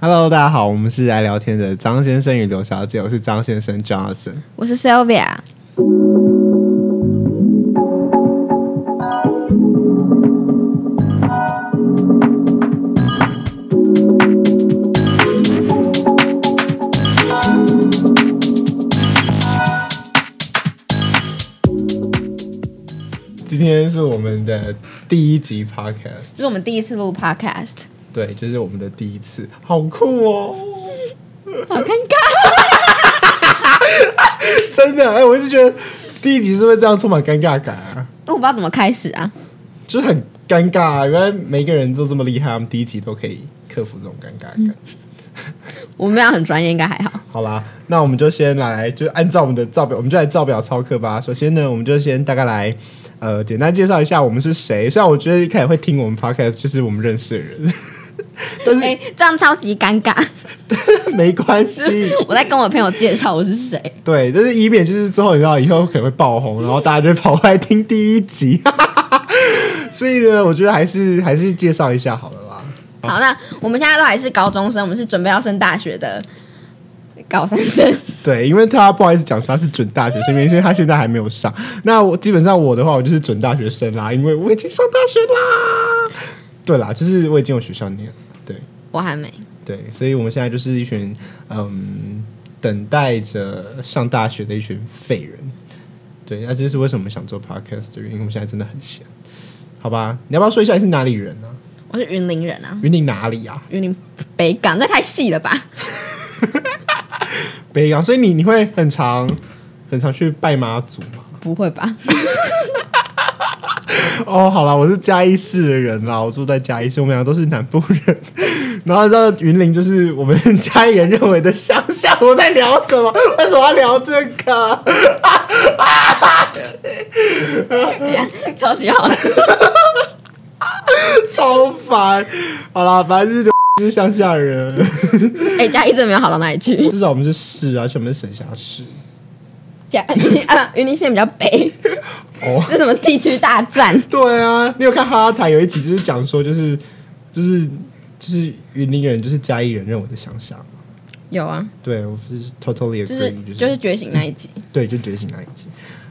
Hello，大家好，我们是来聊天的张先生与刘小姐，我是张先生 Johnson。我是 Sylvia。今天是我们的第一集 Podcast，这是我们第一次录 Podcast，对，就是我们的第一次，好酷哦！ 好尴尬。真的，哎、我一直觉得第一集是会这样充满尴尬感啊，那我不知道怎么开始啊。就是很尴尬、啊。原来每个人都这么厉害，他们第一集都可以克服这种尴尬感。我们俩很专业，应该还 好。好啦，那我们就先来，就按照我们的造表，我们就来造表操课吧。首先呢，我们就先大概来，呃，简单介绍一下我们是谁。虽然我觉得一开始会听我们 podcast，就是我们认识的人， 但哎、这样超级 尴尬。是没关系，我在跟我朋友介绍我是谁，对，但是以免就是之后你知道以后可能会爆红，然后大家就会跑过来听第一集。 所以呢，我觉得还是还是介绍一下好了啦。好，那我们现在都还是高中生，我们是准备要升大学的高三生。对，因为他不好意思讲说他是准大学生，因为他现在还没有上。那我基本上我的话，我就是准大学生啦，因为我已经上大学啦。对啦，就是我已经有学校念了，对我还没，对，所以我们现在就是一群嗯，等待着上大学的一群废人。对，那这是为什么想做 podcast 的原因，我们现在真的很闲，好吧？你要不要说一下你是哪里人呢、啊？我是云林人啊，云林哪里啊？云林北港，这太细了吧？北港，所以你你会很常很常去拜妈祖吗？不会 吧？哦，好啦，我是嘉义市的人啦，我住在嘉义市，我们俩都是南部人。然后到云林就是我们嘉义人认为的乡下，我在聊什么？为什么要聊这个？哎呀超级 好的，超烦！好啦，反正就是就是乡下人，哎、嘉义真的没有好到哪里去。至少我们是市啊，全部是省辖市。嘉义啊，云林县比较北，哦， 这什么地区大战？对啊，你有看哈哈台有一集就是讲说、就是，就是就是云林人就是嘉义人认为的乡下。有啊，对，我就是 totally agree，就是就是觉醒那一集。对，就觉醒那一集。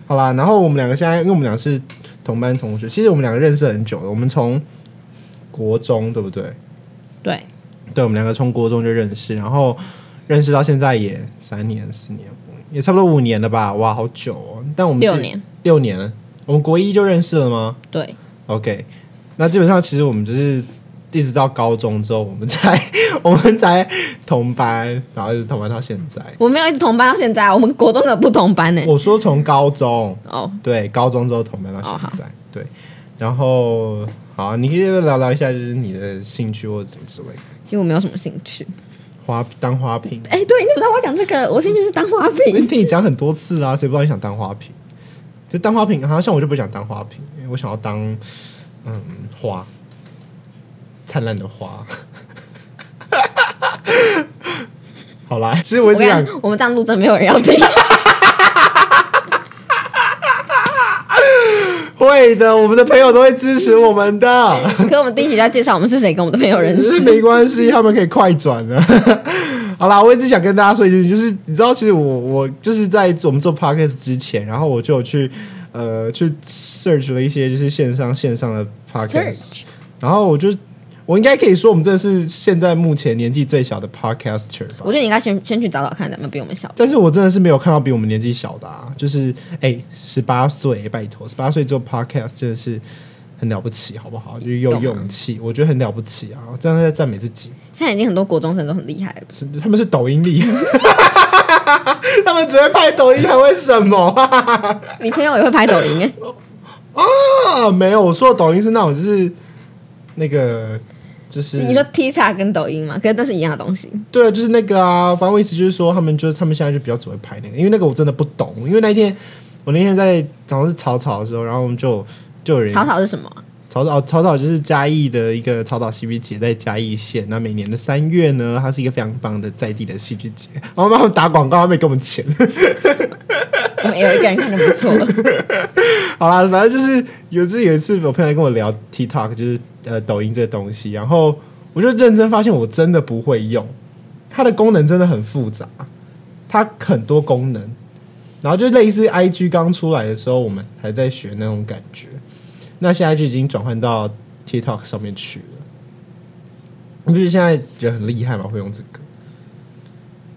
好啦，然后我们两个现在，因为我们俩是同班同学，其实我们两个认识很久了，我们从国中对不对？对，对，我们两个从国中就认识，然后认识到现在也三年、四年、五年也差不多五年了吧？哇，好久哦！但我们是六，年，六年了，我们国一就认识了吗对， ？OK，那基本上其实我们就是一直到高中之后，我们才 我们才同班，然后一直同班到现在。我没有一直同班到现在，我们国中的不同班呢、我说从高中，哦，对，高中之后同班到哦好现在，对。然后，好，你可以聊聊一下，就是你的兴趣或者什么之类的。其实我没有什么兴趣。花当花瓶，哎、对，你怎么知道我要讲这个？我兴趣是当花我瓶。听你讲很多次啦、谁不知道你想当花瓶？就当花瓶，好像我就不想当花瓶，我想要当嗯花，灿烂的花。 好啦，其实 我我一直跟你想讲，我们这样录真没有人要听。 会的，我们的朋友都会支持我们的。可我们第一集在介绍我们是谁，跟我们的朋友认 识。没关系，他们可以快转了。 好啦，我一直想跟大家说一句，就是你知道，其实我我就是在我们做 podcast 之前，然后我就有去呃去 search 了一些就是线上线上的 podcast， Search 然后我就我应该可以说，我们真的是现在目前年纪最小的 podcaster 吧我。觉得你应该先先去找找看，咱们比我们小。但是我真的是没有看到比我们年纪小的啊，就是哎，十、八岁，拜托，十八岁做 podcast 真的是很了不起，好不好？就是有懂啊勇气，我觉得很了不起啊！这样在赞美自己。现在已经很多国中生都很厉害了。是他们是抖音里， 他们只会拍抖音，还会什么啊？你朋友也会拍抖音哎、 啊没有，我说的抖音是那种就是那个就是你说 TikTok 跟抖音嘛，可是都是一样的东西。对，就是那个啊，反正我意思就是说，他们就是他们现在就比较只会拍那个，因为那个我真的不懂，因为那一天我那天在好像是草草的时候，然后我们就就有人草草是什么啊？草岛草岛就是嘉义的一个草岛戏剧节，在嘉义县。那每年的三月呢，它是一个非常棒的在地的戏剧节。然后帮他们打广告，他们也给我们钱。我们也有一个人看的 不错了。好啦，反正就是有就是有一次，我朋友来跟我聊 TikTok，就是呃抖音这个东西，然后我就认真发现我真的不会用，它的功能真的很复杂，它很多功能，然后就类似 IG 刚出来的时候，我们还在学那种感觉，那现在就已经转换到 TikTok 上面去了。你不是现在觉得很厉害吗？会用这个？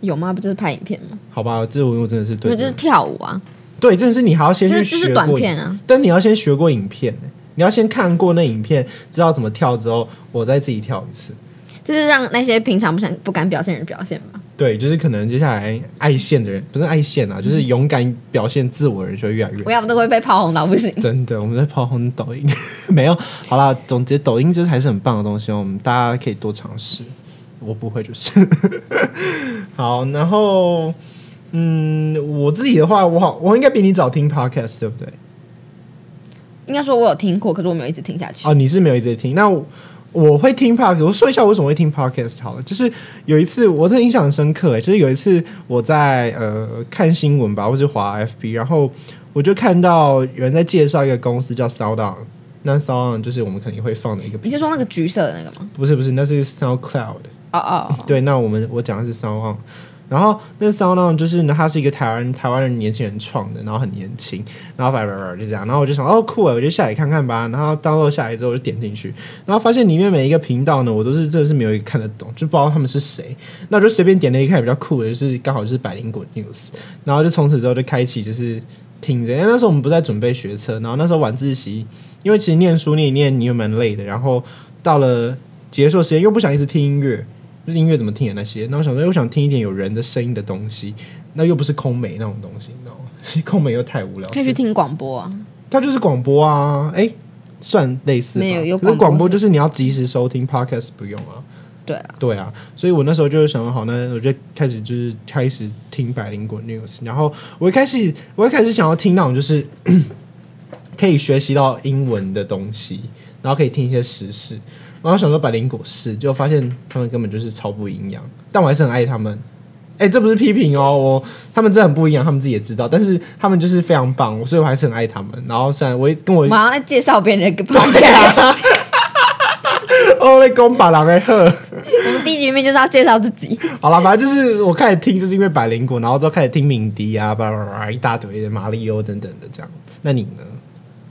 有吗？不就是拍影片吗？好吧，这我我真的是对那这个，就是跳舞啊，对，真的是你还要先就去是学就过是短影片啊。但你要先学过影片、欸，你要先看过那影片，知道怎么跳之后，我再自己跳一次。就是让那些平常不想不敢表现的人表现吧。对，就是可能接下来爱现的人，不是爱现啊，就是勇敢表现自我的人就会越来越嗯我。要不都会被炮轰到不行。 真的，我们在炮轰抖音， 没有好啦。总结抖音就是还是很棒的东西哦，我们大家可以多尝试。我不会就是 好，然后嗯，我自己的话，我好，我应该比你早听 podcast，对不对？应该说我有听过，可是我没有一直听下去。哦，你是没有一直听。那我我会听 podcast，我说一下我为什么会听 podcast 好了。就是有一次，我真的印象很深刻、欸，就是有一次我在呃看新闻吧，或是滑 FB，然后我就看到有人在介绍一个公司叫 Sound On。那 Sound On 就是我们肯定会放的一个，你是说那个橘色的那个吗？不是不是，那是 Sound Cloud。哦哦，哦对，那我们我讲的是 Sound On，然后那 Sound On 就是呢，它是一个台湾台湾人年轻人创的，然后很年轻，然后反正就这样，然后我就想哦酷欸，我就下载看看吧，然后 download 下来之后我就点进去，然后发现里面每一个频道呢，我都是真的是没有一个看得懂，就不知道他们是谁，那我就随便点了一个看比较酷的，就是刚好就是百灵果 news，然后就从此之后就开启就是听着，因为那时候我们不在准备学车，然后那时候晚自习，因为其实念书念一念你也蛮累的，然后到了结束时间又不想一直听音乐。就是音乐怎么听的那些，然后想说，哎我想听一点有人的声音的东西，那又不是空美那种东西，你知道吗？ 空美又太无聊。可以去听广播啊。它就是广播啊，哎、算类似吧。没有有可是广播广播就是你要及时收听，podcast 不用啊。对啊，对啊，所以我那时候就是想说，好，那我就开始就是开始听百灵果 news，然后我一开始我一开始想要听那种就是可以学习到英文的东西，然后可以听一些时事，然后想说百灵果是，就发现他们根本就是超不营养，但我还是很爱他们。哎、这不是批评哦，我他们真的很不一样，他们自己也知道，但是他们就是非常棒，所以我还是很爱他们。然后虽然我也跟我我要在介绍别人的 podcast， 哦，那公把狼来喝。我们第一局面就是要介绍自己。好了，反正就是我开始听，就是因为百灵果，然后之后开始听敏迪啊，巴拉巴拉一大堆的马里欧等等的这样。那你呢？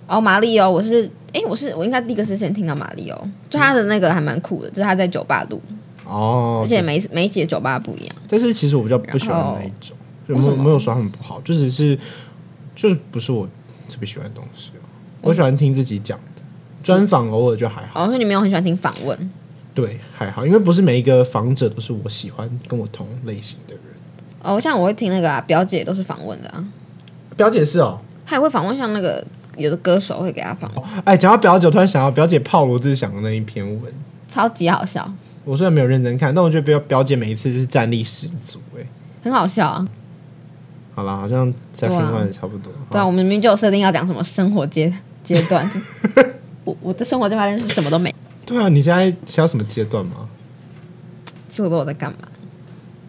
哦，马里奥，我是哎，我是我应该第一个是先听到马里奥，就他的那个还蛮酷的，就是他在酒吧录，哦而，且每一次每一集的酒吧不一样。但是其实我比较不喜欢然后那一种，就哦为没什有么没有说他们不好，就只是就不是我特别喜欢的东西啊。我喜欢听自己讲的，专访偶尔就还好，哦，所以你没有很喜欢听访问对，还好，因为不是每一个访者都是我喜欢跟我同类型的人。哦，像我会听那个啊，表姐都是访问的啊，表姐是哦，她也会访问，像那个有的歌手会给她访问，哎，讲到表姐，我突然想到表姐泡罗志祥的那一篇文，超级好笑，我虽然没有认真看，但我觉得表表姐每一次就是战力十足、哎。很好笑啊。好啦，好像在对啊分外差不多。对啊，好我们明明就有设定要讲什么生活 阶阶段。我我的生活阶段是什么都没，对啊，你现在想要什么阶段吗？其实我不知道我在干嘛，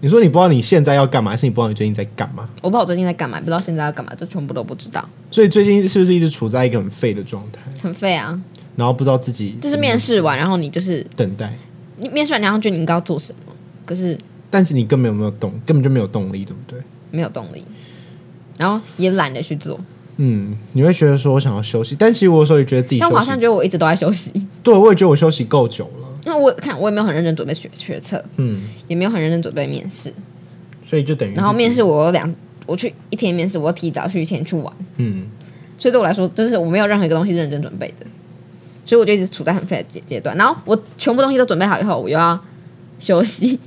你说你不知道你现在要干嘛，还是你不知道你最近在干嘛？我不知道我最近在干嘛，不知道现在要干嘛，就全部都不知道，所以最近是不是一直处在一个很废的状态，很废啊。然后不知道自己就是面试嗯完，然后你就是等待，你面试完，然后觉得你应该要做什么，可是但是你根本有没有动，根本就没有动力，对不对？没有动力，然后也懒得去做。嗯，你会觉得说我想要休息，但其实我有时候也觉得自己但我休好息像，觉得我一直都在休息，对我也觉得我休息够久了，因为我看我也没有很认真准备学学测，嗯，也没有很认真准备面试，所以就等于然后自己面试，我有两我去一天面试，我提早去一天去玩。嗯，所以对我来说，就是我没有任何一个东西认真准备的，所以我就一直处在很废的阶阶段。然后我全部东西都准备好以后，我又要休息。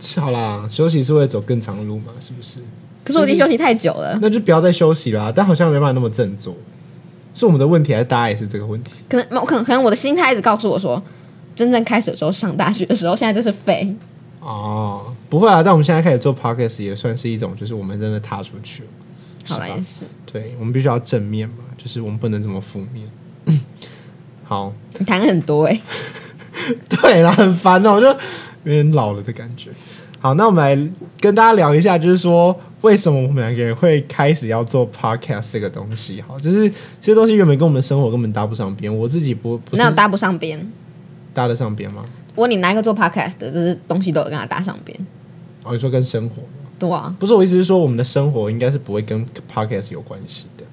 是好啦，休息是为了走更长的路嘛，是不是？可是我已经休息太久 了，那就不要再休息啦，但好像没办法那么振作，是我们的问题还是大家也是这个问题？可能可能可能我的心态一直告诉我说，真正开始的时候，上大学的时候，现在就是废。哦，不会啊，但我们现在开始做 podcast 也算是一种，就是我们真的踏出去了。好了，是吧也是，对，我们必须要正面嘛，就是我们不能这么负面。 好， 你谈很多哎、对啦，很烦哦，我就有点老了的感觉。好，那我们来跟大家聊一下，就是说为什么我们两个人会开始要做 podcast 这个东西？好，就是这些东西原本跟我们的生活根本搭不上边，我自己不不是那搭不上边。搭得上边吗？我你拿一个做 podcast 的，就是东西都有跟他搭上边，哦，你说跟生活，对啊，不是我意思是说，我们的生活应该是不会跟 podcast 有关系的。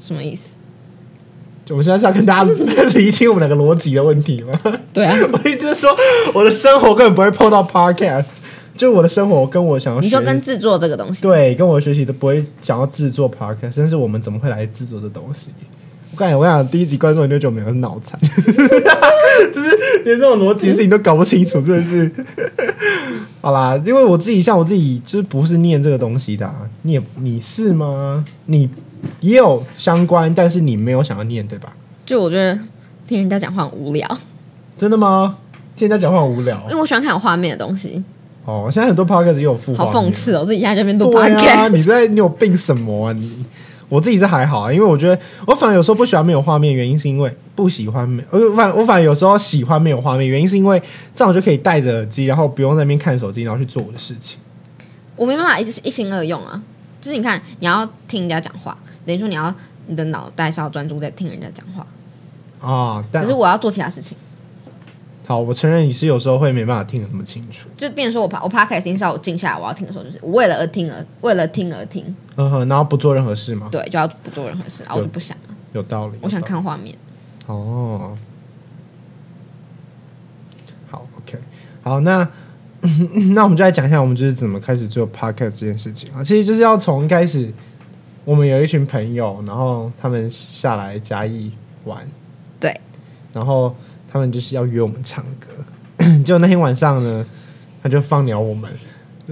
什么意思？就我们现在是要跟大家 厘清我们两个逻辑的问题吗？对啊， 我意思是说，我的生活根本不会碰到 podcast，就我的生活跟我想要 你学说跟制作这个东西，对跟我学习都不会想要制作 podcast，但是我们怎么会来制作这东西？我感觉我想第一集观众你就觉得我们两个是脑残， 就是连这种逻辑事情都搞不清楚，真的是。 好啦，因为我自己像我自己就是不是念这个东西的、啊，你也你是吗？你也有相关，但是你没有想要念对吧？就我觉得听人家讲话很无聊，真的吗？听人家讲话很无聊因为我喜欢看有画面的东西，哦。现在很多 podcast 也有附画好面，讽刺哦，自己在这边录对啊，你 podcast，在你有病什么啊你？我自己是还好啊，因为我觉得我反而有时候不喜欢没有画面，原因是因为不喜欢没，呃，反我反而有时候喜欢没有画面，原因是因为这样我就可以戴着耳机，然后不用在那边看手机，然后去做我的事情。我没办法一一心二用啊，就是你看你要听人家讲话，等于说你要你的脑袋是要专注在听人家讲话，啊，但可是我要做其他事情，好，我承认你是有时候会没办法听得那么清楚，就变成说我怕我 podcast 音是要我静下来，我要听的时候，就是我为了而听而为了听而听，嗯哼，然后不做任何事吗？对，就要不做任何事，然后我就不想，有道理。我想有道理看画面，哦，好，OK，好，那那我们就来讲一下我们就是怎么开始做 podcast 这件事情啊。其实就是要从一开始，我们有一群朋友，然后他们下来嘉义玩，对，然后他们就是要约我们唱歌， 结果那天晚上呢，他就放鸟我们。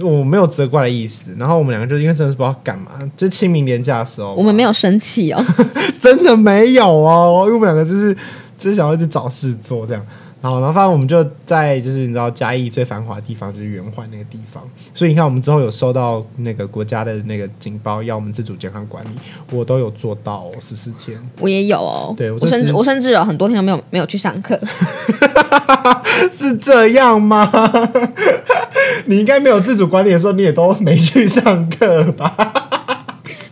我没有责怪的意思，然后我们两个就因为真的是不知道干嘛，就清明年假的时候，我们没有生 气哦，真的没有哦，因为我们两个就是只是想要一直找事做这样。然后，然后反正我们就在就是你知道嘉义最繁华的地方就是圆环那个地方，所以你看我们之后有收到那个国家的那个警报，要我们自主健康管理，我都有做到哦十、四天。我也有哦，对我我这甚是至我甚至有很多天都没有没有去上课， 是这样 吗？你应该没有自主管理的时候，你也都没去上课吧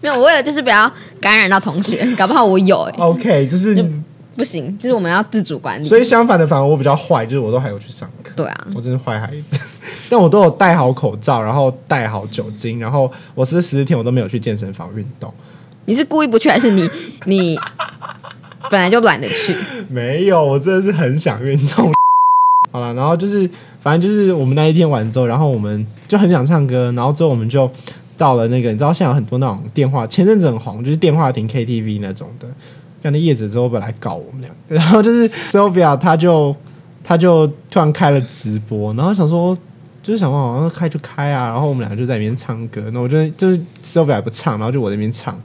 没有，我为了就是不要感染到同学，搞不好我有哎、 ？OK，就是不行，就是我们要自主管理。所以相反的，反而我比较坏，就是我都还有去上课。对啊，我真是坏孩子。 但我都有戴好口罩，然后戴好酒精，然后我这十四天我都没有去健身房运动，你是故意不去，还是 你你本来就懒得去？ 没有，我真的是很想运动。 好了，然后就是反正就是我们那一天完之后，然后我们就很想唱歌，然后之后我们就到了那个你知道现在有很多那种电话，前阵子很红，就是电话亭 KTV 那种的。像那叶子之后本来搞我们两个，然 后就是 Sylvia 她就她就突然开了直播，然后想说就是想说好像开就开啊，然后我们两个就在里面唱歌，那我就就是 Sylvia 也不唱，然后就我在那边唱，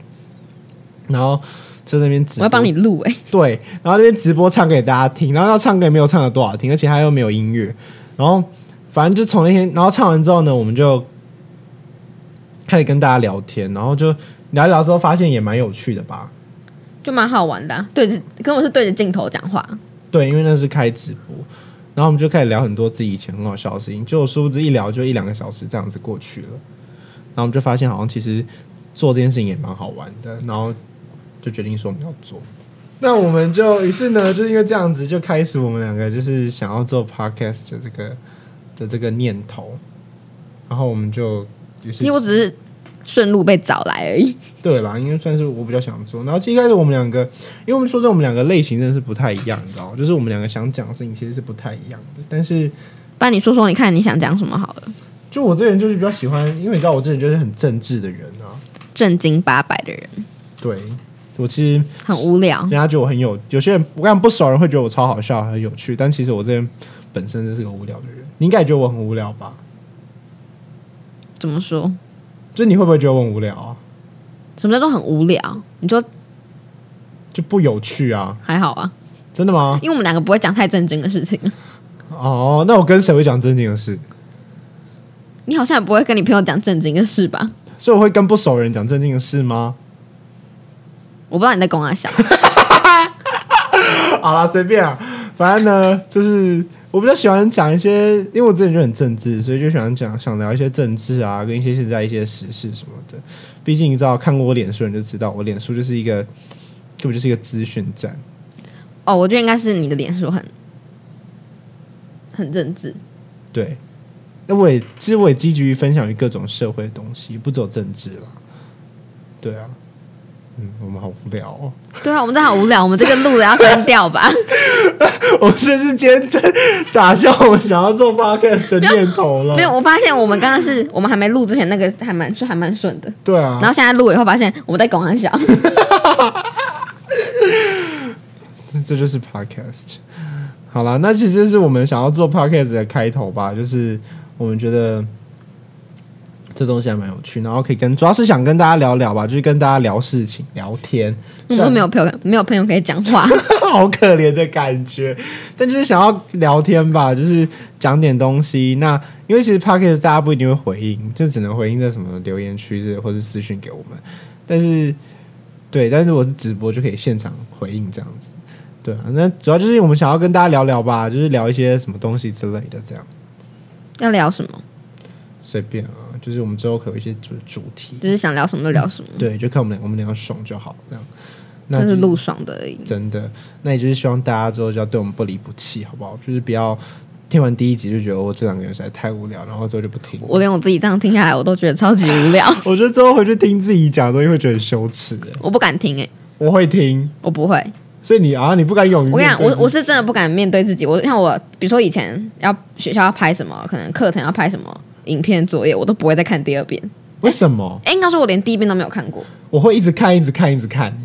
然后就在那边直播我要帮你录哎、 对，然后那边直播唱给大家听，然后要唱歌也没有唱的多好听，而且他又没有音乐，然后反正就从那天，然后唱完之后呢，我们就开始跟大家聊天，然后就聊一聊之后发现也蛮有趣的吧。就蛮好玩的啊、对着跟我是对着镜头讲话，对，因为那是开直播，然后我们就开始聊很多自己以前很好笑的事情，就殊不知一聊就一两个小时这样子过去了，然后我们就发现好像其实做这件事情也蛮好玩的，然后就决定说我们要做。那我们就于是呢，就是因为这样子，就开始我们两个就是想要做 podcast 的这个的这个念头，然后我们就于是其实我只是顺路被找来而已。对啦，因为算是我比较想做。然后其实一开始我们两个，因为我们说这我们两个类型真的是不太一样，你知道吗？就是我们两个想讲的事情其实是不太一样的。但是不然你说说，你看你想讲什么好了？就我这个人就是比较喜欢，因为你知道我这个人就是很政治的人啊。正经八百的人对我其实很无聊人，家觉得我很有，有些人我看不熟的人会觉得我超好笑很有趣，但其实我这人本身就是个无聊的人。你应该也觉得我很无聊吧？怎么说？就你会不会觉得我很无聊啊？什么叫做很无聊？你说就不有趣啊？还好啊，真的吗？因为我们两个不会讲太正经的事情。哦，那我跟谁会讲正经的事？你好像也不会跟你朋友讲正经的事吧？所以我会跟不熟的人讲正经的事吗？我不知道你在跟我 想。 好啦，随便啊，反正呢，就是我比较喜欢讲一些，因为我之前就很政治，所以就喜欢讲想聊一些政治啊，跟一些现在一些时事什么的。毕竟你知道，看过我脸书你就知道，我脸书就是一个根本就是一个资讯站。哦，我觉得应该是你的脸书很很政治。对，那我也其实我也积极于分享于各种社会的东西，不走政治了。对啊，嗯，我们好无聊哦。 对啊，我们真的好无聊，我们这个录了要删掉吧？我们甚至今天真打消我们想要做 podcast 的念头了。没有，我发现我们刚刚是我们还没录之前那个还蛮是还蛮顺的，对啊然，后现在录了以后发现我们在 拱很小。这这就是 podcast。好啦，那其实是我们想要做 podcast 的开头吧，就是我们觉得这东西还蛮有趣，然后可以跟主要是想跟大家聊聊吧，就是跟大家聊事情、聊天。我们都没有朋友，没有朋友可以讲 话。好可怜的感觉，但就是想要聊天吧，就是讲点东西。那因为其实 p o c k e t 大家不一定会回应，就只能回应在什么留言区之类或是私讯给我们。但是，对，但是我是直播就可以现场回应这样子。对啊，那主要就是我们想要跟大家聊聊吧，就是聊一些什么东西之类的，这样要聊什么？随便啊。就是我们之后可有一些主主题，就是想聊什么就聊什么，对，就看我们俩我们俩爽就好，这样。那真就是录爽的而已。真的，那也就是希望大家之后就要对我们不离不弃，好不好？就是不要听完第一集就觉得我、哦这两个人实在太无聊，然后之后就不听。我连我自己这样听下来，我都觉得超级无 聊，我觉得之后回去听自己讲的东西会觉得很羞耻、欸。我不敢听诶、我会听，我不会。所以你啊，你不敢勇于我跟你面讲，对自己。我我是真的不敢面对自己。我像我，比如说以前要学校要拍什么，可能课程要拍什么影片作业，我都不会再看第二遍。为什么哎、应该说我连第一遍都没有看过，我会一直看，一直看，一直看？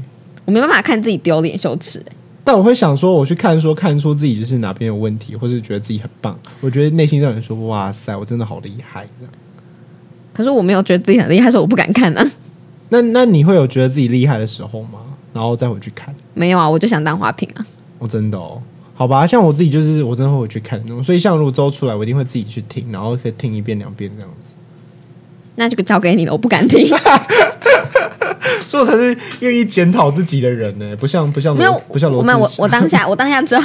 我没办法看自己丢脸羞耻、欸但我会想说，我去看说看出自己就是哪边有问题，或是觉得自己很棒。我觉得内心让人说，哇塞，我真的好厉害。这样可是我没有觉得自己很厉害，所以我不敢看啊。那那你会有觉得自己厉害的时候吗？然后再回去看。没有啊，我就想当花瓶啊。我、真的哦，好吧，像我自己就是我真的会回去看那种，所以像如果周出来，我一定会自己去听，然后可以听一遍两遍这样子，那就交给你了，我不 敢听。所以我才是愿意检讨自己的人呢，不像不像没有罗，不像罗我志没有，我祥我当下我当下知道，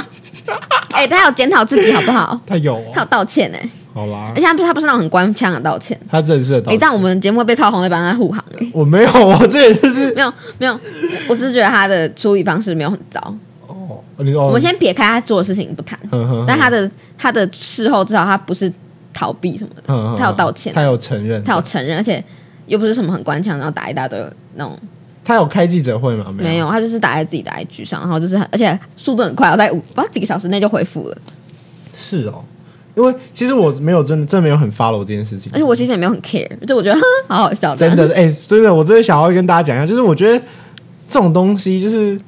哎、他有检讨自己好不好？他有、他哦，有道歉哎、好啦而，且他不是他不是那种很官腔的道歉。他真的是你道知道我们节目会被炮轰，会帮他护航、 欸。我没有，我这人就是没有没有，我只是觉得他的处理方式没有很糟。哦，你哦，嗯我们先撇开他做的事情不谈，呵呵呵，但他的他的事后至少他不是逃避什么的，呵呵他有道歉他有承认，他有承认，而且又不是什么很官腔，然后打一大堆那种他有开记者会吗？没有，他就是打在自己的 IG 上，然后就是很而且速度很快，我在五不知道几个小时内就回复了，是哦，因为其实我没有真的真的没有很 follow 这件事情，而且我其实也没有很 care，就我觉得好好笑这样真的，哎、真的，我真的想要跟大家讲一下，就是我觉得这种东西就是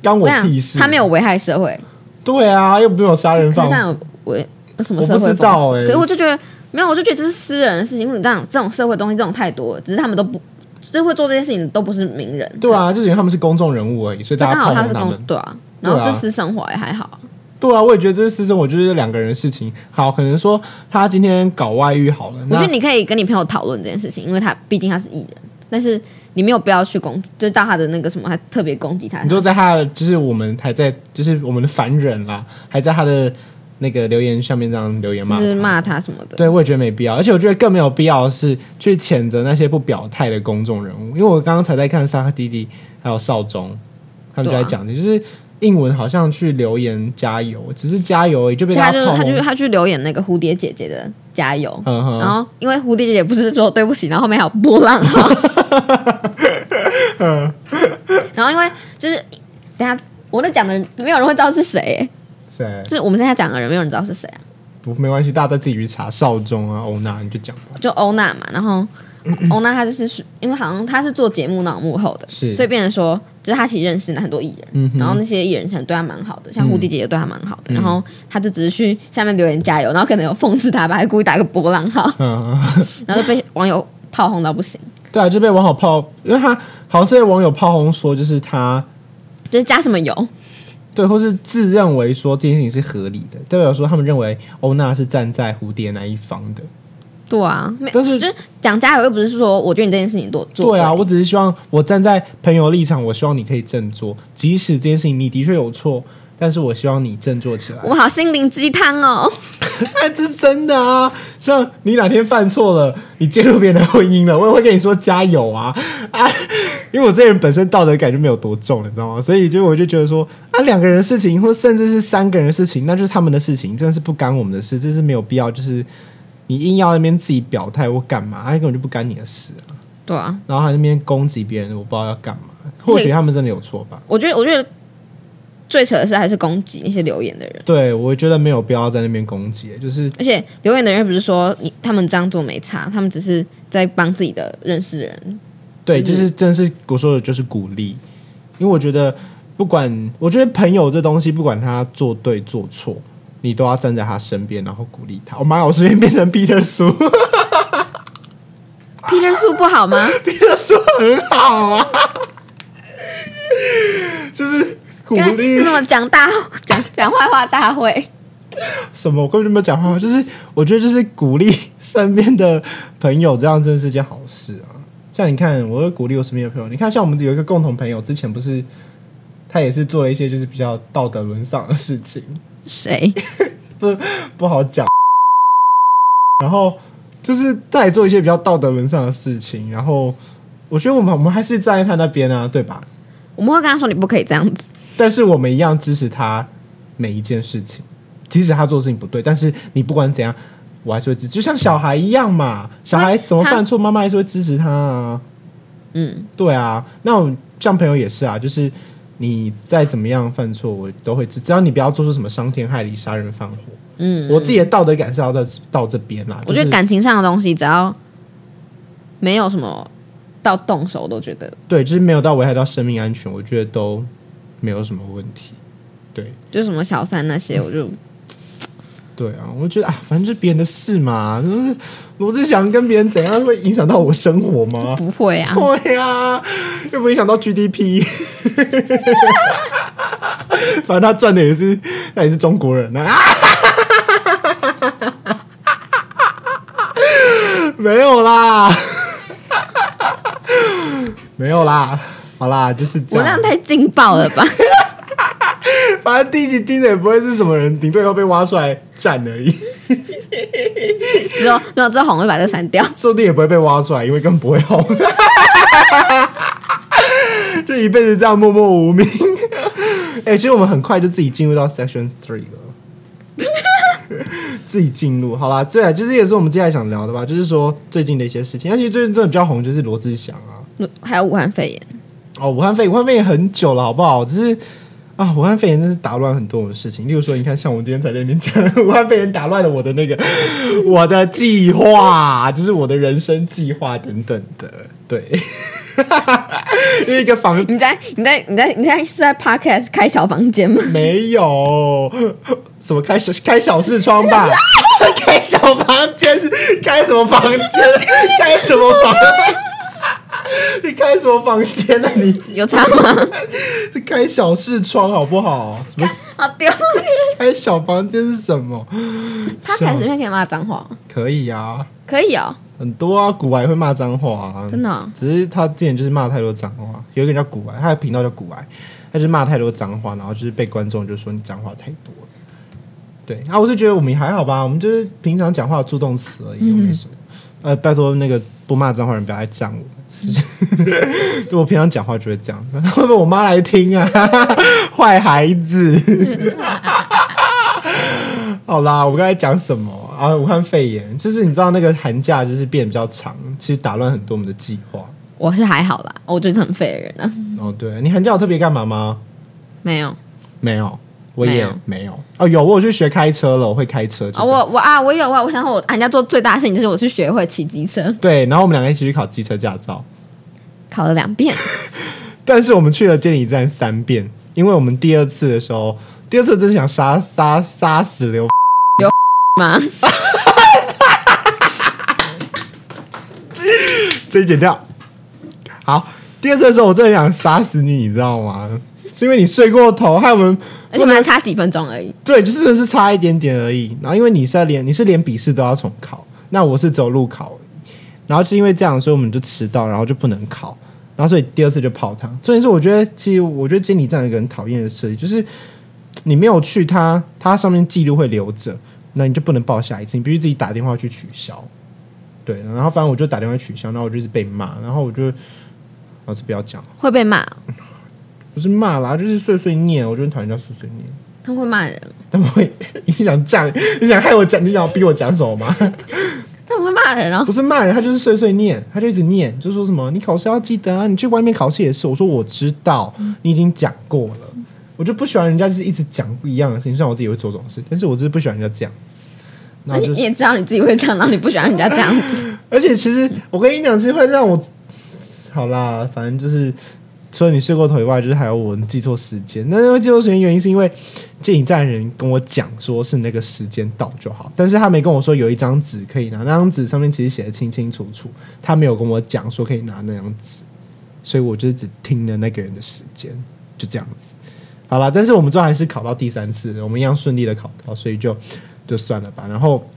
干我我想屁事。他没有危害社会，对啊，又不是有杀人他放这样有危什么我社不会知风道气欸可是我就觉得没有，我就觉得这是私人的事情，因为你这样这种社会东西这种太多了，只是他们都不，就是会做这些事情都不是名人，对，啊，就是因为他们是公众人物而已，所以就大刚家好炮他轰是他公们。对啊，然后对啊这私生活也还好啊，对啊，我也觉得这是私生活，就是两个人的事情。好，可能说他今天搞外遇好了，我觉那得你可以跟你朋友讨论这件事情，因为他毕竟他是艺人，但是你没有必要去攻击，就到他的那个什么，还特别攻击他你。就在他的就是我们还在就是我们的凡人啦，还在他的那个留言下面这样留言就骂是他骂他什么的，对，我也觉得没必要，而且我觉得更没有必要的是去谴责那些不表态的公众人物，因为我刚刚才在看沙克弟弟还有少中，他们就在讲，啊就是英文好像去留言加油，只是加油而已就被他大就家是炮他就轰。他去留言那个蝴蝶姐姐的加油，嗯哼然后因为蝴蝶姐姐不是说对不起，然后后面还有波浪号，嗯然后因为就是等一下我那讲的人没有人会知道是谁、欸谁就是我们现在讲的人没有人知道是谁啊，不没关系，大家再自己去查少中啊、欧娜，你就讲吧。就欧娜嘛，然后嗯欧娜她就是因为好像她是做节目那种幕后的，是所以变成说，就是她其实认识很多艺人，嗯哼嗯然后那些艺人可能对她蛮好的，像蝴蝶姐姐对她蛮好的，然后她就只是去下面留言加油，然后可能有讽刺她吧，还故意打个波 浪号，嗯，然后就被网友炮轰到不行，对啊，就被网友炮，因为他好像是被网友炮轰说，就是他就是加什么油，对，或是自认为说这件事情是合理的，代表说他们认为欧娜是站在蝴蝶那一方的。对啊，没但是就是讲加油又不是说我觉得你这件事情做做对啊，对我只是希望我站在朋友立场，我希望你可以振作，即使这件事情你的确有错，但是我希望你振作起来我。们好心灵鸡汤哦，哎，这是真的啊！像你哪天犯错了，你介入别人的婚姻了，我也会跟你说加油啊啊！因为我这人本身道德感就没有多重，你知道吗？所以就我就觉得说啊，两个人的事情，或甚至是三个人的事情，那就是他们的事情，真的是不干我们的事，这是没有必要，就是你硬要那边自己表态或干嘛，他哎根本就不干你的事啊。对啊，然后他那边攻击别人，我不知道要干嘛。或许他们真的有错吧？我觉得我觉得最扯的是还是攻击那些留言的人，对，我觉得没有必要在那边攻击，欸就是而且留言的人又不是说你他们这样做没差，他们只是在帮自己的认识的 人。对，就就是是真是我说的就是鼓励，因为我觉得不管我觉得朋友这东西，不管他做对做错，你都要站在他身边，然后鼓励他。我、哦妈呀，我瞬间变成 Peter 叔 Peter 素不好吗？ ，Peter 叔很好啊， 就是鼓跟励跟什么讲大 讲讲坏话大会？什么，我根本就没有讲话，就是我觉得就是鼓励身边的朋友，这样真的是件好事啊。像你看，我会鼓励我身边的朋友。你看，像我们有一个共同朋友，之前不是他也是做了一些就是比较道德沦丧的事情，谁？不好讲。然后就是他也做一些比较道德沦丧的事情，然后我觉得我们我们还是站在他那边啊，对吧？我们会跟他说你不可以这样子。但是我们一样支持他每一件事情，即使他做的事情不对，但是你不管怎样，我还是会支持，就像小孩一样嘛。小孩怎么犯错，妈妈还是会支持他啊。嗯，对啊，那我像朋友也是啊，就是你再怎么样犯错，我都会支，只要你不要做出什么伤天害理、杀人放火。嗯，我自己的道德感是要到到这边啦。我觉就是得感情上的东西，只要没有什么到动手，我都觉得对，就是没有到危害到生命安全，我觉得都没有什么问题。对。就什么小三那些，我就对啊，我觉得啊，反正就是别人的事嘛，就是罗志祥跟别人怎样会影响到我生活吗？ 不会啊。对啊，又不会影响到 GDP。反正他赚的也是，他也是中国人啊。 没有啦， 没有啦，好啦，就是这我那样样。太劲爆了 吧？反正第一集听的也不会是什么人，顶多要被挖出来站而已。之后，那之后红会把这删掉。 说不定也不会被挖出来，因为根本不会红。 就一辈子这样默默无名。 哎、其实我们很快就自己进入到 Section Three 了， 自己进入好啦。对啊，就是也是我们接下来想聊的吧，就是说最近的一些事情。而且最近真的比较红就是罗志祥啊，还有武汉肺炎，哦，武汉肺炎，武汉肺炎很久了，好不好？只是啊，武汉肺炎真是打乱很多我的事情。例如说，你看，像我今天才在那边讲，武汉肺炎打乱了我的那个 我的计划，就是我的人生计划等等的。对， 因为一个房你在你在你在你在是在 podcast 开小房间吗？没有什么开小开小视窗吧， 开小房间，开什么房间？开什么房？ 你开什么房间呢、啊？你有差吗？是开小视窗好不好？ 什么好丢脸！开哎小房间是什么？他开始面可以骂脏话，可以啊，可以哦，很多啊，古玩会骂脏话啊，真的哦只是他之前就是骂太多脏话，有一个人叫古玩，他的频道叫古玩，他就是骂太多脏话，然后就是被观众就说你脏话太多了。对啊，我是觉得我们也还好吧，我们就是平常讲话的助动词嗯而已，又没什么。呃，拜托那个不骂脏话的人不要来赞我。 就是就 我平常讲话就会这样， 会不会我妈来听啊？ 坏孩子。好啦，我刚才讲什么啊？武汉肺炎，就是你知道那个寒假就是变得比较长，其实打乱很多我们的计划。我是还好啦，我就是很废的人啊，哦，对，你寒假有特别干嘛吗？没有没有，我也没有没有。哦，有，我有去学开车了，我会开车。就啊，这样我我啊，我有啊，我想我人家做最大的事情就是我去学会骑机车，对，然后我们两个一起去考机车驾照，考了两遍，但是我们去了监理站三遍，因为我们第二次的时候，第二次真的想杀杀杀死刘 吗？这一剪掉。好，第二次的时候，我真的想杀死你，你知道吗？是因为你睡过头，害我们而且我们还差几分钟而已，对，就是真的是差一点点而已。然后因为你是要连你是连笔试都要重考，那我是走路考而已，然后是因为这样，所以我们就迟到，然后就不能考，然后所以第二次就泡汤。重点是我觉得，其实我觉得监理站有一个很讨厌的事，就是你没有去它，它上面记录会留着。那你就不能报下一次，你必须自己打电话去取消。对，然后反正我就打电话取消，然后我就是被骂，然后我就老师不要讲，会被骂，不是骂啦，就是碎碎念，我就很讨厌叫碎碎念。他们会骂人，他们会，你想这样，你 想害我讲，你想逼我讲什么吗？ 他们会骂人啊不！是骂人，他就是碎碎念，他就一直念，就说什么你考试要记得啊，你去外面考试也是。我说我知道，你已经讲过了，我就不喜欢人家就是一直讲不一样的事情。虽然我自己会做这种事，但是我就是不喜欢人家这样子。然那后你就你是，也知道你自己会这样，然后你不喜欢人家这样子，而且其实我跟你讲，其实会让我好啦，反正就是除了你睡过头以外，就是还有我记错时间。那因为记错时间原因是因为见你站的人跟我讲说是那个时间到就好，但是他没跟我说有一张纸可以拿，那张纸上面其实写的清清楚楚，他没有跟我讲说可以拿那张纸，所以我就只听了那个人的时间，就这样子。好了，但是我们最后还是考到第三次，我们一样顺利的考到，所以就就算了吧。然后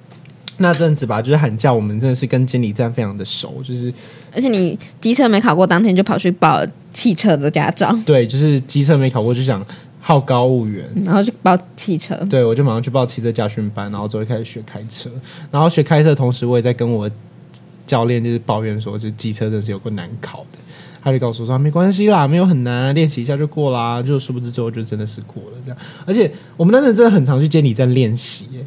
那阵子吧，就是寒假，我们真的是跟监理站非常的熟，就是而且你机车没考过，当天就跑去报汽车的驾照，对，就是机车没考过就想好高骛远。然后就报汽车。对，我就马上去报汽车驾训班，然后之后就开始学开车。然后学开车的同时，我也在跟我教练就是抱怨说，就是机车真的是有个难考的。他就告诉我说，没关系啦，没有很难，练习一下就过啦。就殊不知最后就真的是过了这样。而且我们那时真的很常去监理站练习、耶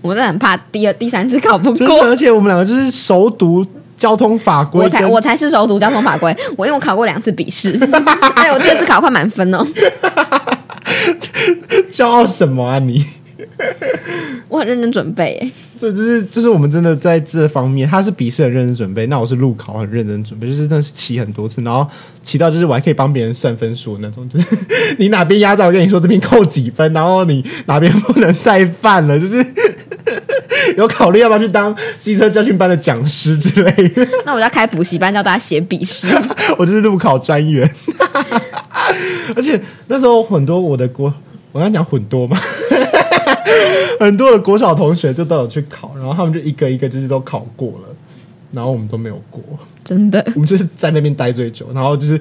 我真的很怕第二、第三次考不真的。过。 而且我们两个就是熟读交通法规我跟，才我才是熟读交通法规，我因为我考过两次笔试， 哎，我第二次考快满分哦，骄傲什么啊你？我很认真准备耶。所以就是就是我们真的在这方面，他是笔试很认真准备，那我是路考很认真准备，就是真的是骑很多次，然后骑到就是我还可以帮别人算分数的那种，就是 你哪边压到，我跟你说这边扣几分，然后你哪边不能再犯了，就是 有考虑要不要去当机车教训班的讲师之类的，那我就要开补习班教大家写笔试， 我就是路考专员， 而且那时候很多我的国，我刚讲很多嘛。 很多的国小同学就都有去考，然后他们就一个一个就是都考过了，然后我们都没有过，真的。我们就是在那边待最久，然后就是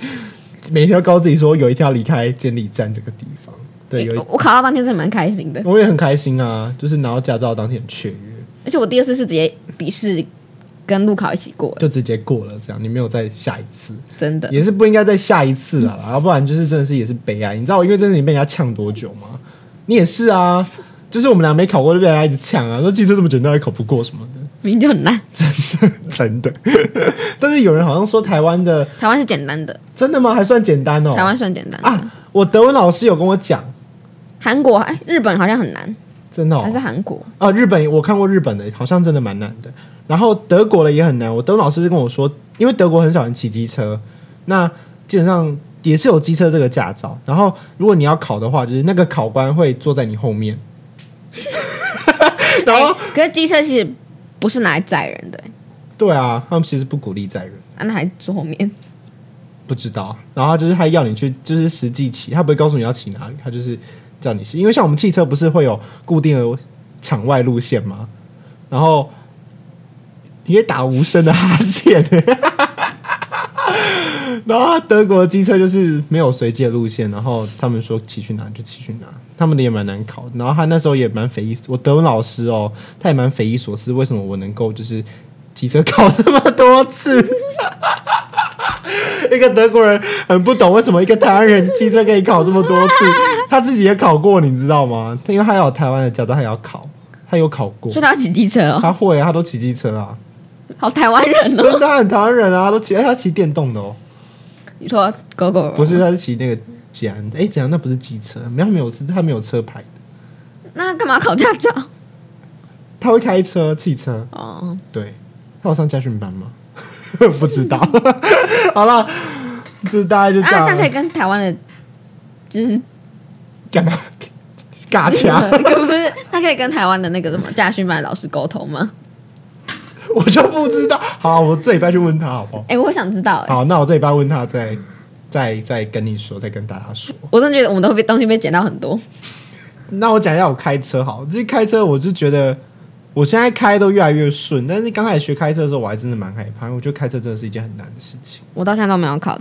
每天都告诉自己说有一天要离开监理站这个地方。对，有一我我考到当天真的蛮开心的，我也很开心啊，就是拿到驾照当天很雀跃，而且我第二次是直接笔试跟路考一起过，就直接过了这样，你没有再下一次，真的。也是不应该再下一次 了啦，要不然就是真的是也是悲哀。你知道我因为真的你被人家呛多久吗？你也是啊，就是我们俩没考过就被人家一直呛啊，说汽车这么简单还考不过什么的。明明就很烂。真的。 但是有人好像说台湾的台湾是简单的，真的吗？还算简单哦。台湾算简单的。啊，我德文老师有跟我讲，韩国哎，日本好像很难，真的哦还。是韩国？啊，日本我看过日本的，好像真的蛮难的。然后德国的也很难。我德文老师是跟我说，因为德国很少人骑机车，那基本上也是有机车这个驾照。然后如果你要考的话，就是那个考官会坐在你后面。 然后哎，可是机车其实不是拿来载人的，对啊，他们其实不鼓励载人。啊，那还坐后面。哦不知道，然后就是他要你去，就是实际骑，他不会告诉你要骑哪里，他就是叫你骑。因为像我们汽车不是会有固定的场外路线吗？然后你也打无声的哈欠， 然后德国的机车就是没有随机的路线，然后他们说骑去哪就骑去哪，他们的也蛮难考。然后他那时候也蛮匪夷，我德文老师哦，他也蛮匪夷所思，为什么我能够就是机车考这么多次？ 一个德国人很不懂为什么一个台湾人机车可以考这么多次，他自己也考过，你知道吗？因为他有台湾的驾照，他也要考，他有考过所以，他要骑机车哦， 他会啊，他都骑机车 啊，好台湾人哦。真的很台湾人啊，都骑，哎他骑电动的哦，你说狗狗不是，他是骑那个捷安，哎，怎样？那不是机车，没有他没有是，他没有车牌的，那他干嘛考驾照？他会开车，汽车，哦，对，他有上家训班吗？ 不知道， 好了，就大概就啊，这这样，样可以跟台湾的，就是干嘛？尬掐。 不是，他可以跟台湾的那个什么驾训班老师沟通吗？我就不知道。好，我这礼拜去问他好不好？哎、我想知道、哎，好，那我这礼拜问他再再再跟你说，再跟大家说。我真的觉得我们都被东西被捡到很多。那我讲一下我开车好了，这开车我就觉得我现在开都越来越顺，但是刚开始学开车的时候，我还真的蛮害怕，我觉得开车真的是一件很难的事情。啊我到现在都没有考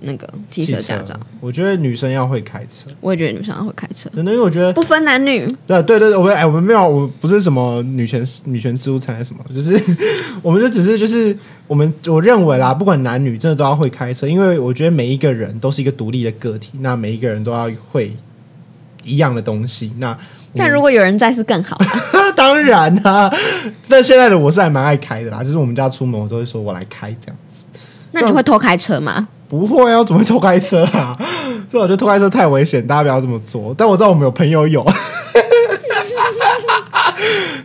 那个汽车驾照。，我觉得女生要会开车，我也觉得女生要会开车，真的，因为我觉得 不分男女。对对对，我们哎，我们没有，我不是什么女权女权自助餐还是什么，就是我们就只是就是我们我认为啦，不管男女，真的都要会开车，因为我觉得每一个人都是一个独立的个体，那每一个人都要会一样的东西。那但如果有人在是更好。嗯 当然啦、但现在的我是还蛮爱开的啦，就是我们家出门我都会说我来开这样，那你会偷开车吗？不会啊，我怎么会偷开车啊？ 所以我觉得偷开车太危险，大家不要这么做。但我知道我们有朋友有，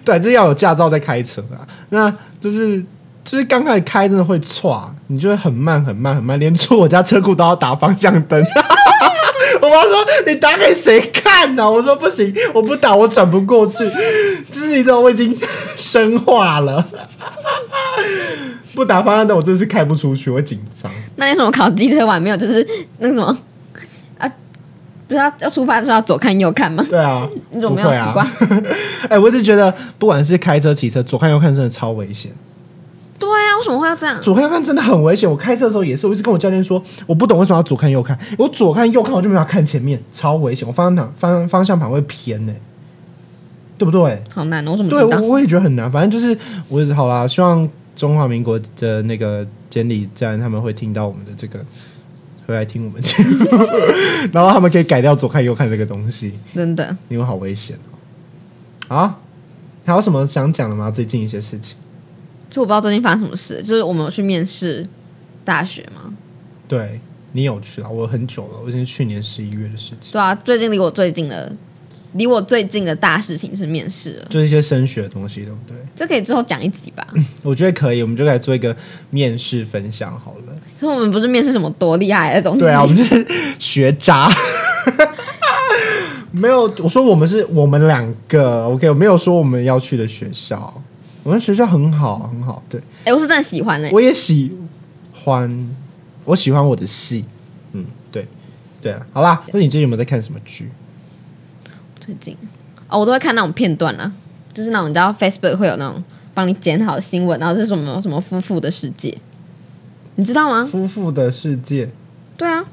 对，就是要有驾照再开车啊。那就是就是刚开始开真的会错，啊你就会很慢很慢很慢，连出我家车库都要打方向灯。 我妈说：“你打给谁看呢、我说：“不行，我不打，我转不过去。”就是你知道，我已经生化了。不打方向灯，我真的是开不出去，我会紧张。那你有什么考机车完没有？就是那个什么啊，不是要要出发的时候要左看右看吗？对啊，你怎么没有习惯？哎、我是觉得不管是开车、骑车，左看右看真的超危险。对啊，为什么会要这样？左看右看真的很危险。我开车的时候也是，我一直跟我教练说，我不懂为什么要左看右看。我左看右看，我就没法看前面，超危险。我方向盘方方向盘会偏呢、对不对？好难哦，我怎么对，知道我？我也觉得很难。反正就是我好啦，希望中华民国的那个监理站他们会听到我们的这个，会来听我们节目， 然后他们可以改掉左看右看这个东西。真的，因为好危险哦。啊，还有什么想讲的吗？最近一些事情？就我不知道最近发生什么事。就是我们有去面试大学嘛，对你有去啊？我很久了，我已经去年十一月的事情，对啊，最近离我最近的，离我最近的大事情是面试了，就是一些升学的东西，对不对？这可以之后讲一集吧。我觉得可以，我们就来做一个面试分享好了。可是我们不是面试什么多厉害的东西，对啊，我们就是学渣。 没有，我说我们是我们两个，OK，我没有说我们要去的学校，我们学校很好，很好，对。哎、我是真的喜欢哎、我也喜欢，我喜欢我的戏。嗯，对，对了，好啦，那你最近有没有在看什么剧？最近哦，我都会看那种片段啊，就是那种你知道 Facebook 会有那种帮你剪好的新闻，然后是什么什么夫妇的世界，你知道吗？夫妇的世界对啊，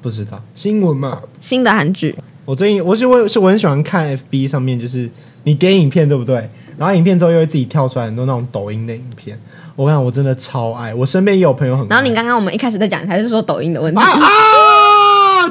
不知道新闻嘛？新的韩剧，我最近我是我是我很喜欢看 FB 上面，就是你点影片对不对？然后影片之后又会自己跳出来很多那种抖音的影片，我看我真的超爱，我身边也有朋友很爱。然后你刚刚我们一开始在讲，还是说抖音的问题，啊！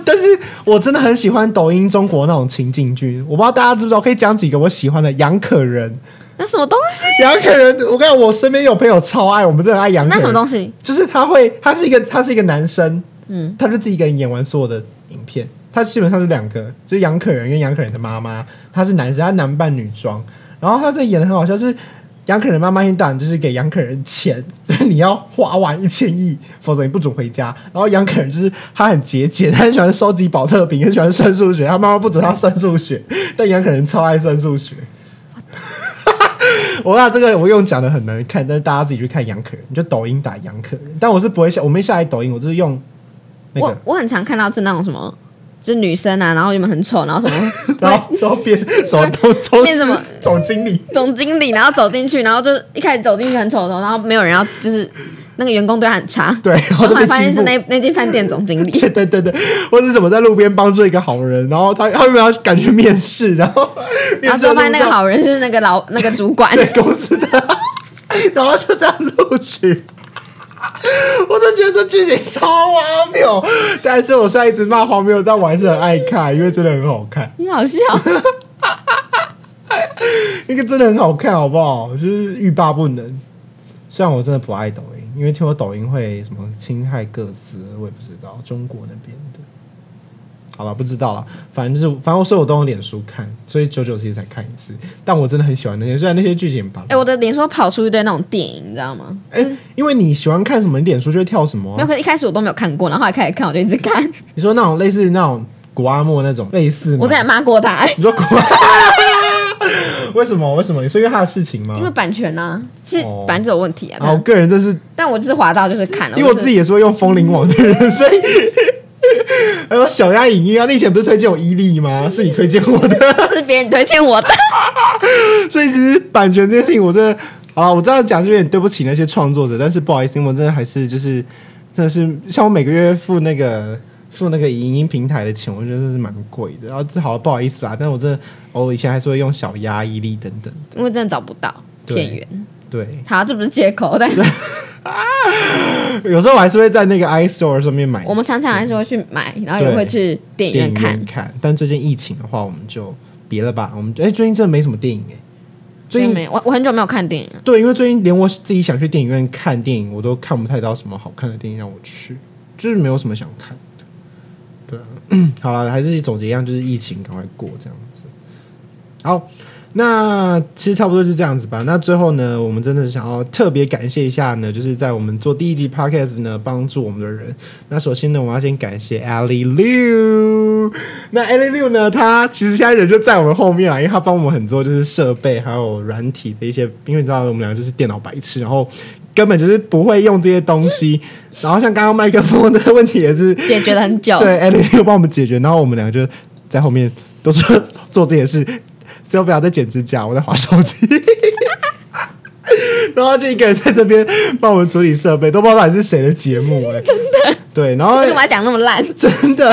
但是我真的很喜欢抖音中国那种情境剧，我不知道大家知不知道，可以讲几个我喜欢的杨可人。那什么东西？杨可人，我跟你讲，我身边有朋友超爱，我们真的很爱杨可那人。什么东西？就是他会，他是一个，他是一个男生，嗯，他就自己一个人演完所有的影片。他基本上是两个，就是杨可人跟杨可人的妈妈，他是男生，他男扮女装。然后他这演的很好笑，是杨可人妈妈一天到晚就是给杨可人钱， 就是你要花完一千亿，否则你不准回家。然后杨可人就是他很节俭，他很喜欢收集保特瓶，很喜欢算数学。他妈妈不准他算数学， 但杨可人超爱算数学。 我把这个我用讲的很难看，但是大家自己去看杨可人，你就抖音打杨可人。但我是不会下，我没下载抖音，我就是用那我个，我很常看到是那种什么，就是女生啊，然后你们很丑，然后什么 然后之后变什么 都总变什么总经理， 总经理，然后走进去，然后就是一开始走进去很丑的时候，然后没有人要，就是那个员工对他很差，对，然后就然后还被哦发现欺是负。那那间饭店总经理， 对对对对，或者是什么在路边帮助一个好人，然后他他们要赶去面试，然 后然面后试就发现路那个上好人是那个老那个主管， 对公司的，然后就这样录取。我都觉得这剧情超荒谬，但是我虽然一直骂荒谬，但我还是很爱看，因为真的很好看。很好笑。那个真的很好看，好不好？就是欲罢不能。虽然我真的不爱抖音，因为听说抖音会什么侵害各自，我也不知道中国那边的。好了，不知道了，反正就是，反正我所以我都用脸书看，所以九九其实才看一次。但我真的很喜欢那些，虽然那些剧情吧，哎、我的脸说跑出一堆那种电影，你知道吗？哎、因为你喜欢看什么，你脸书就会跳什么没有，啊。可是一开始我都没有看过，然后后来开始看，我就一直看， 你说那种类似那种古阿莫那种类似吗我？再也骂过他、哎你说古阿 为什么？为什么？你说因为他的事情吗 因？为版权啊，是哦版权有问题啊，啊。我但个人这是但我就是滑到就是看了，因为我就是自己也是会用风铃网的人， 所以还有小鸭影音啊，你以前不是推荐我伊利吗？是你推荐我的，是别人推 荐我的。所以其实版权这件事情，我真的啊，我这样讲就有点对不起那些创作者，但是不好意思，因为我真的还是就是真的是像我每个月付那个付那个影音平台的钱，我觉得真是蛮贵的。然后这好不好意思啊，但我真的偶尔以前还是会用小鸭、伊利等等。因为真的找不到对片源。对，好，这不是借口，但是有时候我还是会在那个 iStore 上面买我们常常还是会去买，然后也对会去电电影院影看院。看。但最近疫情的话，我们就别了吧。我们哎、最近真的没什么电影哎、最所以近没有，我我很久没有看电影了。对，因为最近连我自己想去电影院看电影，我都看不太到什么好看的电影让我去，就是没有什么想看的。对啊， 好了，还是总结一样，就是疫情赶快过这样子。好，那其实差不多就这样子吧。那最后呢，我们真的想要特别感谢一下呢，就是在我们做第一集 podcast 呢帮助我们的人。那首先呢，我要先感谢 Ali Liu。那 A 六六呢？他其实现在人就在我们后面啊，因为他帮我们很多就是设备还有软体的一些，因为你知道我们俩就是电脑白痴，然后根本就是不会用这些东西。然后像刚刚麦克风的问题也是，解决了很久，对 A 六六帮我们解决，然后我们两个就在后面都做 做这些事。Sylvia 在剪指甲，我在划手机。 然后就一个人在这边帮我们处理设备，都不知道到底是谁的节目哎、 真的对，然后为什么要讲那么烂？真的。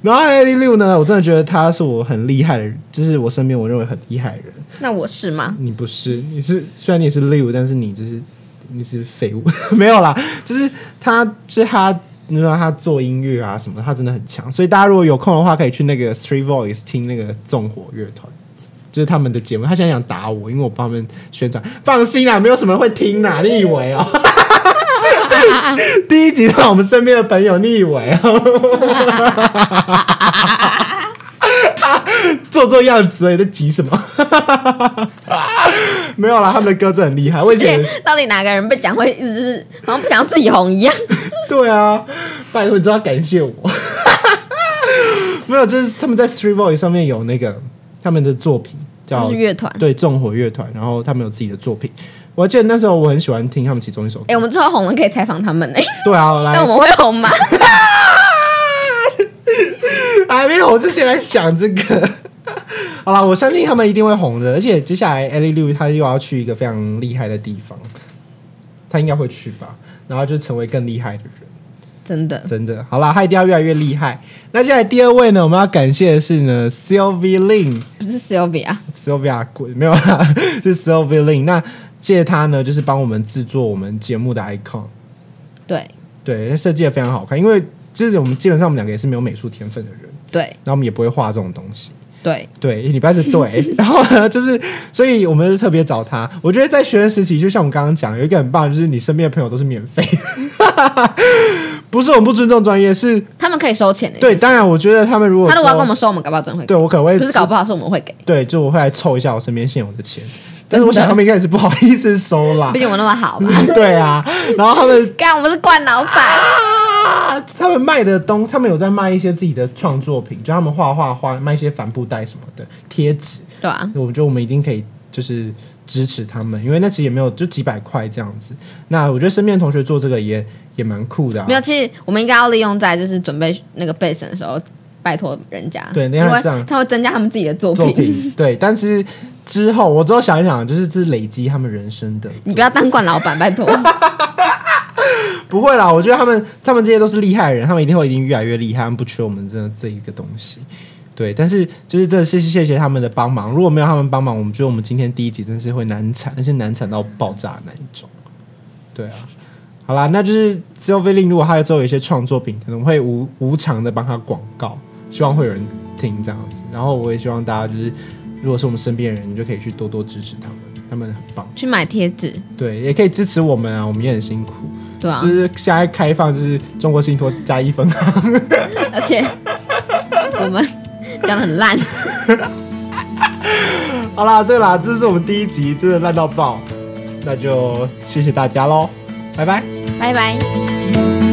然后艾利六呢，我真的觉得他是我很厉害的人，就是我身边我认为很厉害的人。那我是吗？你不是，你是虽然你是六，但是你就是你是废物， 没有啦，就是他，就是他，你知道他做音乐啊什么，他真的很强。所以大家如果有空的话，可以去那个 Three Voice 听那个纵火乐团。就是他们的节目，他现在想打我，因为我帮他们宣传。放心啦，没有什么人会听啦，你以为哦、第一集到我们身边的朋友，你以为哦、做做样子而已，在急什么？没有啦，他们的歌真的很厉害。我以而且前到底哪个人被讲会一直是好像不想要自己红 一样？对啊，拜托你知道感谢我。没有，就是他们在 Three Voice 上面有那个他们的作品就叫是乐团。对纵火乐团，然后他们有自己的作品。我还记得那时候我很喜欢听他们其中一首歌。哎、我们之后红了可以采访他们 哎、对啊，来但我们会 红吗？ 还哎没红之前来想这个。 好啦，我相信他们一定会红的，而且接下来 Ellie Liu 她又要去一个非常厉害的地方，她应该会去吧，然后就成为更厉害的人。真的，真的，好啦，她一定要越来越厉害。那接下来第二位呢，我们要感谢的是呢 Sylvie Lin。不是 Sylvia， Sylvia 滚没有啦， 是 Sylvia Lin。那借她呢，就是帮我们制作我们节目的 icon，对对，设计的非常好看。因为就是我们基本上我们两个也是没有美术天分的人，对然后我们也不会画这种东西。对，对，礼拜是对， 然后呢，就是，所以我们就特别找他。我觉得在学生时期，就像我们刚刚讲，有一个很棒，就是你身边的朋友都是免 费，不是我们不尊重专业，是他们可以收钱的、欸对。当然，我觉得他们如果他如果要说跟我们收，我们搞不好真的会给，对我哎可能会不是搞不好是我们会给，对，就我会来凑一下我身边现有的钱，但是真的我想他们应该也是不好意思收啦毕。竟我们那么好嘛。 对啊，然后他们干，我们是惯老板，啊，他们卖的东，他们有在卖一些自己的创作品，就他们画画画，卖一些帆布袋什么的贴纸。对啊，我觉得我们一定可以就是支持他们，因为那其实也没有就几百块这样子。那我觉得身边的同学做这个也也蛮酷的、啊没。有，其实我们应该要利用在就是准备那个备审的时候，拜托人家，对因那样为这样他会增加他们自己的作作品对，但是之后我之后想一想，就是这是累积他们人生的。你不要当惯老板，拜托。不会啦，我觉得他们他们这些都是厉害的人，他们一定会一定越来越厉害，他们不缺我们真的这一个东西。对，但是就是真的是谢谢他们的帮忙，如果没有他们帮忙，我们觉得我们今天第一集真是会难产，而且难产到爆炸的那一种。对啊，好啦，那就是 s y l v i l i n 如果他有之后有一些创作品，可能会无无偿的帮他广告，希望会有人听这样子。然后我也希望大家就是，如果是我们身边的人，你就可以去多多支持他们，他们很棒。去买贴纸，对，也可以支持我们啊，我们也很辛苦。对啊就，是现在开放，就是中国信托加一分 行。而且我们讲的很烂，好啦，对啦，这是我们第一集，真的烂到爆，那就谢谢大家喽，拜拜。拜拜。